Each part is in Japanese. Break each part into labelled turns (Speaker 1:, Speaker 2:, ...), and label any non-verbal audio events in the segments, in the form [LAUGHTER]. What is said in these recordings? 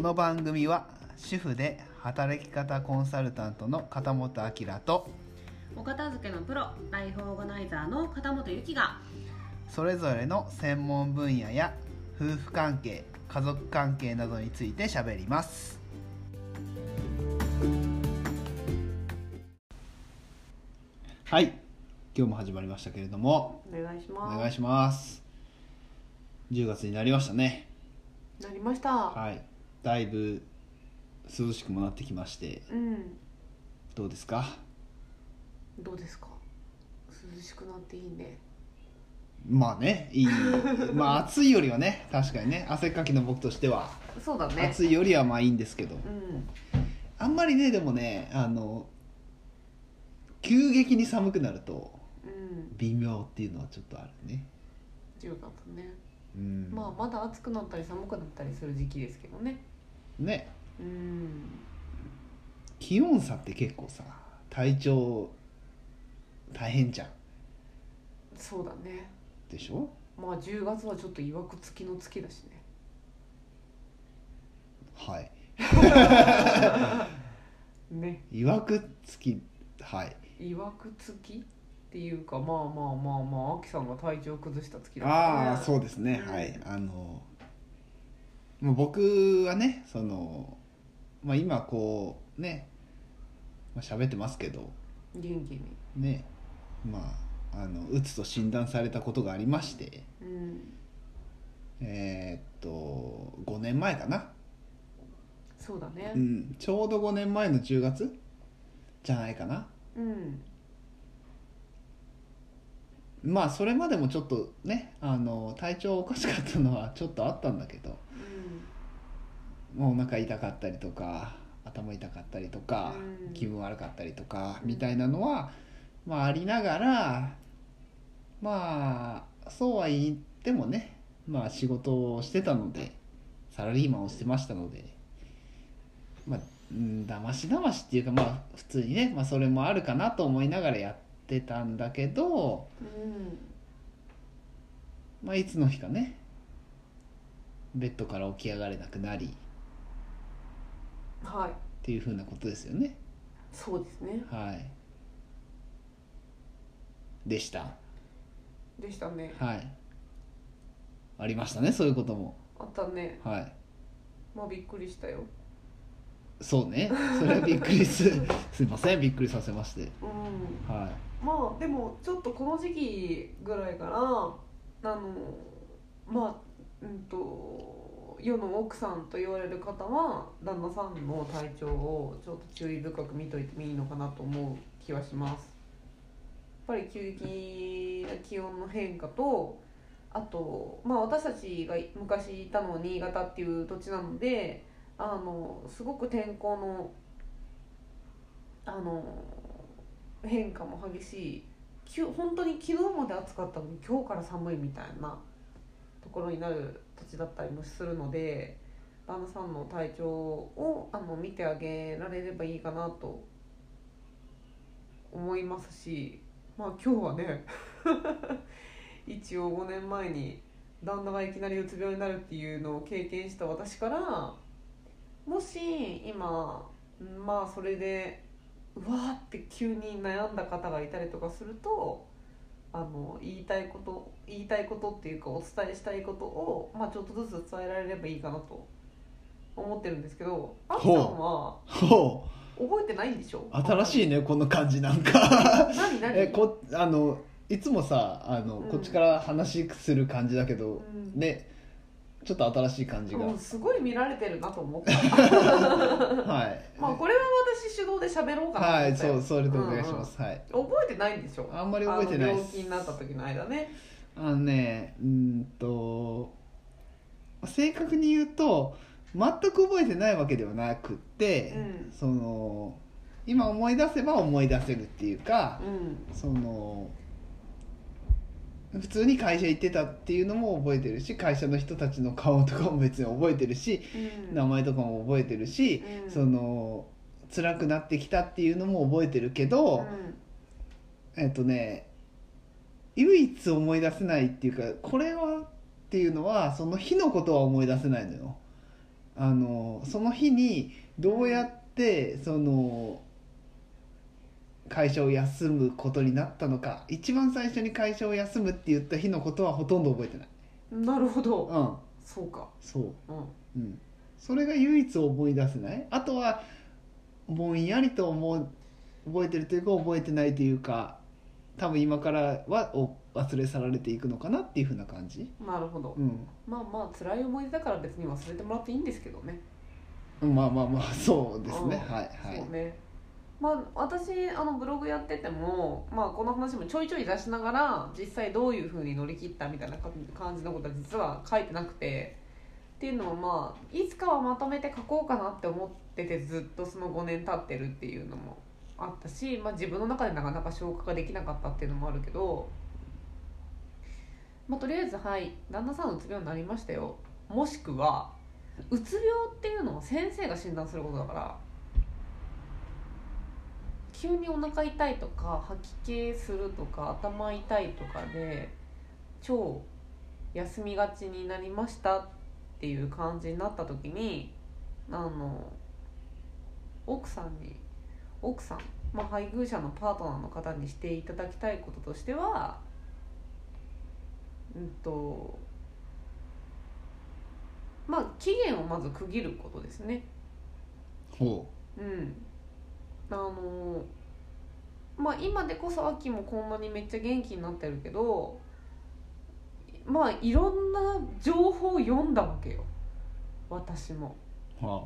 Speaker 1: の番組は主婦で働き方コンサルタントの片本明と
Speaker 2: お片付けのプロライフオーガナイザーの片本由紀が
Speaker 1: それぞれの専門分野や夫婦関係家族関係などについてしゃべりますはい今日も始まりましたけれども
Speaker 2: お願いし
Speaker 1: お
Speaker 2: ます
Speaker 1: 願いします10月になりましたね
Speaker 2: なりました
Speaker 1: はいだいぶ涼しくもなってきまして
Speaker 2: うん
Speaker 1: どうですか
Speaker 2: どうですか涼しくなっていいね
Speaker 1: まあねいいまあ
Speaker 2: [LAUGHS]
Speaker 1: 暑いよりはね確かにね汗っかきの僕としては、
Speaker 2: そうだね
Speaker 1: 暑いよりはまあいいんですけど
Speaker 2: うん
Speaker 1: あんまりねでもねあの急激に寒くなると
Speaker 2: うん
Speaker 1: 微妙っていうのはちょっとあるね
Speaker 2: よかったね、
Speaker 1: うん
Speaker 2: まあまだ暑くなったり寒くなったりする時期ですけどね
Speaker 1: ね
Speaker 2: うん
Speaker 1: 気温差って結構さ体調大変じゃん
Speaker 2: そうだね
Speaker 1: でしょ
Speaker 2: まあ10月はちょっといわくつきの月だしね
Speaker 1: はい
Speaker 2: ね
Speaker 1: いわくつきはい
Speaker 2: いわくつきっていうかまあまあまあまあ秋さんが体調崩した月だ
Speaker 1: ああ
Speaker 2: う
Speaker 1: そうですね、
Speaker 2: うん
Speaker 1: はいあのもう僕はねその、まあ、今こうねまあ喋ってますけど
Speaker 2: 元気に
Speaker 1: ねまああのうつと診断されたことがありまして
Speaker 2: うん
Speaker 1: えーっと5年前かな、
Speaker 2: そうだね
Speaker 1: うん、ちょうど5年前の10月じゃないかな
Speaker 2: うん
Speaker 1: まあそれまでもちょっとねあの体調おかしかったのはちょっとあったんだけどもうお腹痛かったりとか頭痛かったりとか、
Speaker 2: うん
Speaker 1: 気分悪かったりとか
Speaker 2: うん
Speaker 1: みたいなのは、まあありながらまあそうは言ってもねまあ仕事をしてたのでサラリーマンをしてましたのでまあうんだましだましっていうかまあ普通にね、まあ、それもあるかなと思いながらやってたんだけど、
Speaker 2: うん
Speaker 1: まあ、いつの日かねベッドから起き上がれなくなりっ
Speaker 2: はい
Speaker 1: ていうふうなことですよね。
Speaker 2: そうですね
Speaker 1: はい。でした。
Speaker 2: でしたね
Speaker 1: はい。ありましたね、そういうことも。
Speaker 2: あったね
Speaker 1: はい。
Speaker 2: まあびっくりしたよ
Speaker 1: そうね。それはびっくりす。 [LAUGHS] すいません、びっくりさせまして。
Speaker 2: うん
Speaker 1: は。
Speaker 2: まあでもちょっとこの時期ぐらいからあのまあうんと世の奥さんと言われる方は旦那さんの体調をちょっと注意深く見といてもいいのかなと思う気はします。やっぱり急激な気温の変化とあと、まあ、私たちが昔いたのは新潟っていう土地なのであのすごく天候のあの変化も激しいきゅ本当に昨日まで暑かったのに今日から寒いみたいなところになる土地だったりもするので旦那さんの体調をあの見てあげられればいいかなと思いますしまあ今日はね [LAUGHS] 一応5年前に旦那がいきなりうつ病になるっていうのを経験した私からもし今まあそれでうわーって急に悩んだ方がいたりとかするとあの言いたいこと言いたいことっていうかお伝えしたいことを、まあ、ちょっとずつ伝えられればいいかなと思ってるんですけどあんさんはい
Speaker 1: ほう。
Speaker 2: 覚えてないんでしょ
Speaker 1: 新しいね、この感じなんか。 [LAUGHS]
Speaker 2: 何何
Speaker 1: え、こ、あの、いつもさ、あの、
Speaker 2: うん
Speaker 1: こっちから話する感じだけど、
Speaker 2: うん
Speaker 1: ね。ちょっと新しい感じが。
Speaker 2: うんすごい見られてるな
Speaker 1: [LAUGHS]
Speaker 2: と思った
Speaker 1: はい。
Speaker 2: まあこれは私手動で喋ろうかなと
Speaker 1: は
Speaker 2: 思
Speaker 1: い、
Speaker 2: った
Speaker 1: そ
Speaker 2: よ
Speaker 1: う、それでお願いします。はい。
Speaker 2: うんうん覚えてないんでしょ
Speaker 1: あんまり覚えてない
Speaker 2: あ
Speaker 1: っ
Speaker 2: の
Speaker 1: す
Speaker 2: 病気になった時の間ね
Speaker 1: あのねうーんと正確に言うと全く覚えてないわけではなくって、
Speaker 2: うん
Speaker 1: その今思い出せば思い出せるっていうか
Speaker 2: う、ん
Speaker 1: その普通に会社行ってたっていうのも覚えてるし会社の人たちの顔とかも別に覚えてるし、
Speaker 2: うん
Speaker 1: 名前とかも覚えてるし、
Speaker 2: うん
Speaker 1: その辛くなってきたっていうのも覚えてるけど、
Speaker 2: うん
Speaker 1: えっとね唯一思い出せないっていうかこれはっていうのはその日のことは思い出せないのよあのその日にどうやってその会社を休むことになったのか一番最初に会社を休むって言った日のことはほとんど覚えてない
Speaker 2: なるほど
Speaker 1: うん
Speaker 2: そうか
Speaker 1: そう
Speaker 2: うん
Speaker 1: うんそれが唯一思い出せないあとはぼんやりと思う覚えてるというか覚えてないというか多分今からはお忘れ去られていくのかなっていうふうな感じ
Speaker 2: なるほど
Speaker 1: うん
Speaker 2: まあまあ辛い思い出だから別に忘れてもらっていいんですけどね
Speaker 1: まあまあまあそうですね
Speaker 2: うん
Speaker 1: はいはい
Speaker 2: そうねまあ私あのブログやってても、まあ、この話もちょいちょい出しながら実際どういうふうに乗り切ったみたいなか感じのことは実は書いてなくてっていうのをまあいつかはまとめて書こうかなって思っててずっとその5年経ってるっていうのもあったし、まあ、自分の中でなかなか消化ができなかったっていうのもあるけど、まあ、とりあえずはい旦那さんうつ病になりましたよもしくはうつ病っていうのを先生が診断することだから急にお腹痛いとか吐き気するとか頭痛いとかで超休みがちになりましたっていう感じになった時にあの奥さんに奥さん、まあ、配偶者のパートナーの方にしていただきたいこととしてはうんとまあ期限をまず区切ることですね。
Speaker 1: ほ
Speaker 2: うん、あのまあ今でこそ秋もこんなにめっちゃ元気になってるけどまあいろんな情報を読んだわけよ私も
Speaker 1: うは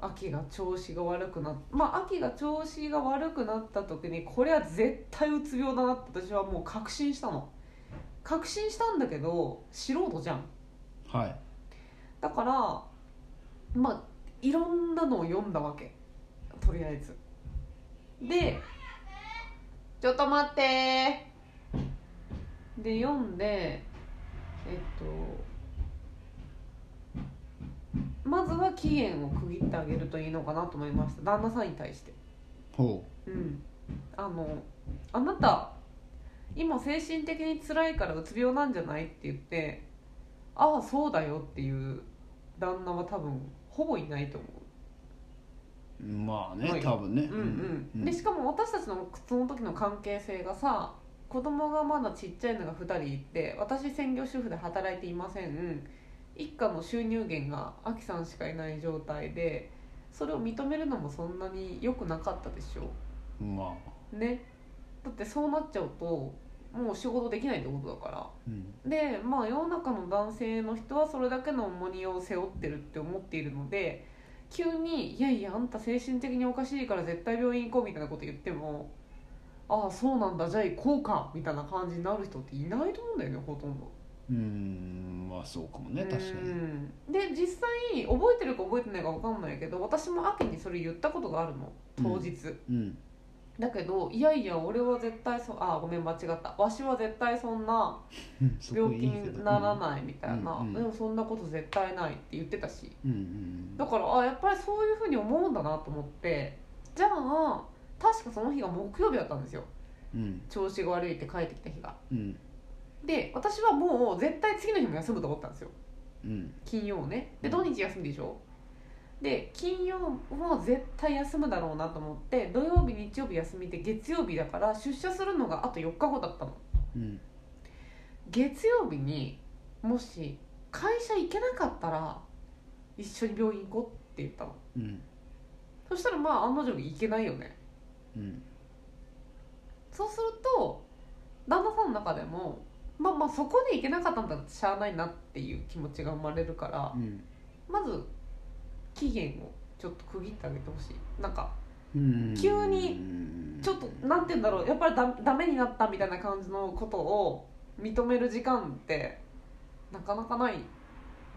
Speaker 2: 秋が調子が悪くなっまあ秋が調子が悪くなった時にこれは絶対うつ病だなって私はもう確信したの確信したんだけど素人じゃん
Speaker 1: あはい
Speaker 2: だからまあいろんなのを読んだわけとりあえずで「ちょっと待って」で読んでえっとまずは期限を区切ってあげるといいのかなと思いました旦那さんに対して
Speaker 1: ほ
Speaker 2: うんあの「あなた今精神的に辛いからうつ病なんじゃない?」って言って「ああそうだよ」っていう旦那は多分ほぼいないと思う
Speaker 1: うまあね、
Speaker 2: はい
Speaker 1: 多分ね
Speaker 2: うんうん、
Speaker 1: う
Speaker 2: でしかも私たちのその時の関係性がさ子供がまだちっちゃいのが2人いて私専業主婦で働いていません一家の収入源がアキさんしかいない状態でそれを認めるのもそんなに良くなかったでしょ
Speaker 1: まあ
Speaker 2: ねだってそうなっちゃうともう仕事できないってことだから
Speaker 1: うん
Speaker 2: でまあ世の中の男性の人はそれだけの重荷を背負ってるって思っているので急に「いやいやあんた精神的におかしいから絶対病院行こう」みたいなこと言っても「ああそうなんだじゃあ行こうか」みたいな感じになる人っていないと思うんだよねほとんど。
Speaker 1: うんまあそうかもね確か
Speaker 2: う
Speaker 1: に
Speaker 2: んで実際覚えてるか覚えてないか分かんないけど私も秋にそれ言ったことがあるの当日。
Speaker 1: うん
Speaker 2: だけどいやいや俺は絶対そあごめん間違ったわしは絶対そんな
Speaker 1: うんそこ
Speaker 2: 病
Speaker 1: い
Speaker 2: 気
Speaker 1: いけど
Speaker 2: にならないみたいな、
Speaker 1: うんうん
Speaker 2: でもそんなこと絶対ないって言ってたし
Speaker 1: うんうん
Speaker 2: だからあやっぱりそういうふうに思うんだなと思ってじゃあ確かその日が木曜日だったんですよ
Speaker 1: うんうん
Speaker 2: 調子が悪いって帰ってきた日が
Speaker 1: うん
Speaker 2: で私はもう絶対次の日も休むと思ったんですよ
Speaker 1: うん
Speaker 2: 金曜ねで
Speaker 1: うん
Speaker 2: 土日休みでしょで金曜も絶対休むだろうなと思って土曜日日曜日休みで月曜日だから出社するのがあと4日後だったの
Speaker 1: うん
Speaker 2: 月曜日にもし会社行けなかったら一緒に病院行こうって言ったの
Speaker 1: うん
Speaker 2: そしたらまあ案の定行けないよね
Speaker 1: うん
Speaker 2: そうすると旦那さんの中でもまあまあそこで行けなかったんだったらしゃあないなっていう気持ちが生まれるから
Speaker 1: うん
Speaker 2: まず期限をちょっと区切ってあげてほしいなんか
Speaker 1: うん
Speaker 2: 急にちょっとなんて言うんだろうやっぱりダダメになったみたいな感じのことを認める時間ってなかなかない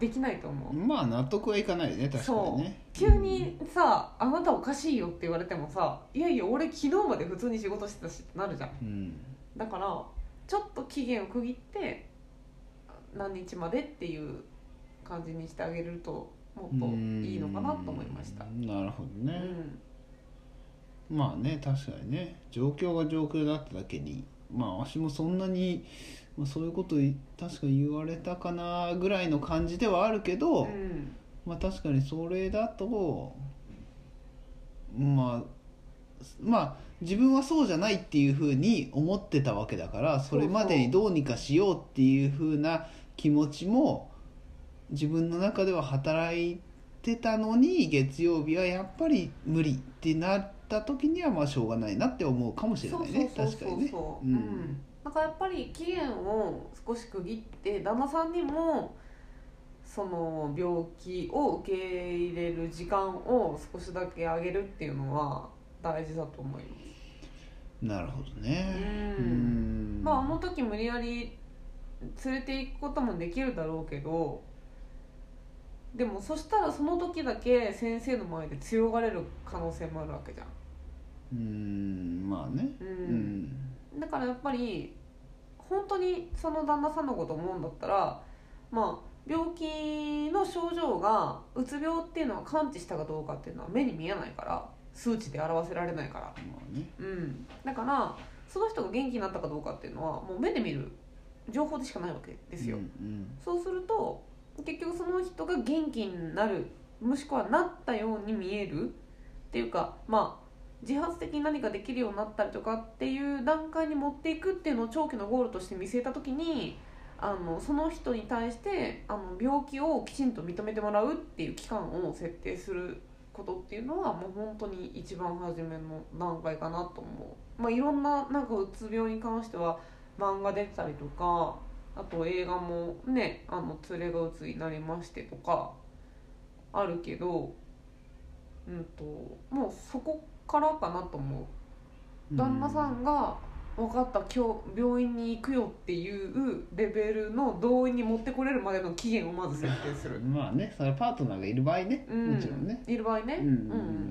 Speaker 2: できないと思う
Speaker 1: まあ納得はいかないよね確かにね
Speaker 2: 急にさ「あなたおかしいよ」って言われてもさ「いやいや俺昨日まで普通に仕事してたし」ってなるじゃん
Speaker 1: うん
Speaker 2: だからちょっと期限を区切って何日までっていう感じにしてあげるともっといいのかなと思いました
Speaker 1: うんなるほど
Speaker 2: う
Speaker 1: ね、
Speaker 2: ん
Speaker 1: まあね確かにね状況が状況だっただけにまあわしもそんなにまあそういうことい確かに言われたかなぐらいの感じではあるけど、
Speaker 2: うん
Speaker 1: まあ確かにそれだとまあまあ自分はそうじゃないっていうふうに思ってたわけだからそれまでにどうにかしようっていうふうな気持ちも自分の中では働いてたのに月曜日はやっぱり無理ってなった時にはまあしょうがないなって思うかもしれ
Speaker 2: そう
Speaker 1: ない
Speaker 2: そう
Speaker 1: ね
Speaker 2: そう
Speaker 1: 確
Speaker 2: そ
Speaker 1: か
Speaker 2: う
Speaker 1: にね。
Speaker 2: そうう、
Speaker 1: ん
Speaker 2: うん、なんかやっぱり期限を少し区切って旦那さんにもその病気を受け入れる時間を少しだけあげるっていうのは大事だと思います
Speaker 1: なるほどね。
Speaker 2: うん
Speaker 1: うん
Speaker 2: まああの時無理やり連れて行くこともできるだろうけどでもそしたらその時だけ先生の前で強がれる可能性もあるわけじゃん、
Speaker 1: うんまあね。
Speaker 2: う
Speaker 1: うんん
Speaker 2: だからやっぱり本当にその旦那さんのこと思うんだったらまあ病気の症状がうつ病っていうのは完治したかどうかっていうのは目に見えないから数値で表せられないから
Speaker 1: まあね
Speaker 2: うん、だからその人が元気になったかどうかっていうのはもう目で見る情報でしかないわけですよ、
Speaker 1: うんうん
Speaker 2: そうすると結局その人が元気になるもしくはなったように見えるっていうかまあ自発的に何かできるようになったりとかっていう段階に持っていくっていうのを長期のゴールとして見据えた時にあのその人に対してあの病気をきちんと認めてもらうっていう期間を設定することっていうのはもう本当に一番初めの段階かなと思う。まあ、いろんななんかうつ病に関しては漫画出てたりとかあと映画もね「あの連れがうつになりまして」とかあるけど、うん、ともうそこからかなと思う旦那さんが「分かった今日病院に行くよ」っていうレベルの同意に持ってこれるまでの期限をまず設定する。
Speaker 1: まあねそれはパートナーがいる場合ね、
Speaker 2: うん
Speaker 1: もちろんね
Speaker 2: いる場合ね、
Speaker 1: うんうんうん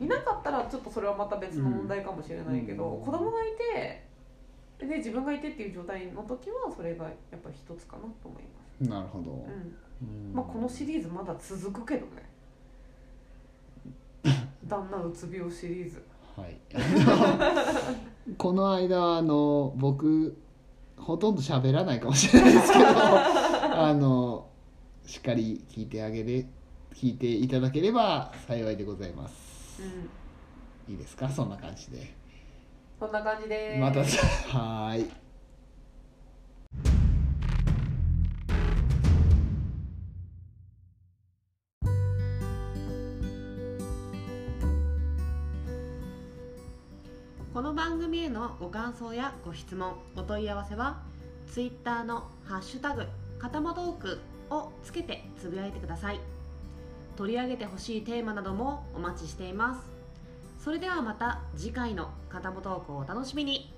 Speaker 2: うんいなかったらちょっとそれはまた別の問題かもしれないけど、
Speaker 1: うん
Speaker 2: 子供がいてで自分がいてっていう状態の時はそれがやっぱ一つかなと思います、
Speaker 1: なるほど、
Speaker 2: うん
Speaker 1: うん
Speaker 2: まあ、このシリーズまだ続くけどね旦那うつ病シリーズ
Speaker 1: はいこの [LAUGHS] 間あの僕ほとんど喋らないかもしれないですけどあのしっかり聞いてあげれ聞いていただければ幸いでございます
Speaker 2: うん
Speaker 1: いいですかそんな感じで、
Speaker 2: そんな感じです
Speaker 1: またはーい
Speaker 3: この番組へのご感想やご質問お問い合わせは Twitter の「ハッシュタグかたまトーク」をつけてつぶやいてください取り上げてほしいテーマなどもお待ちしていますそれではまた次回の「かたまトーク」をお楽しみに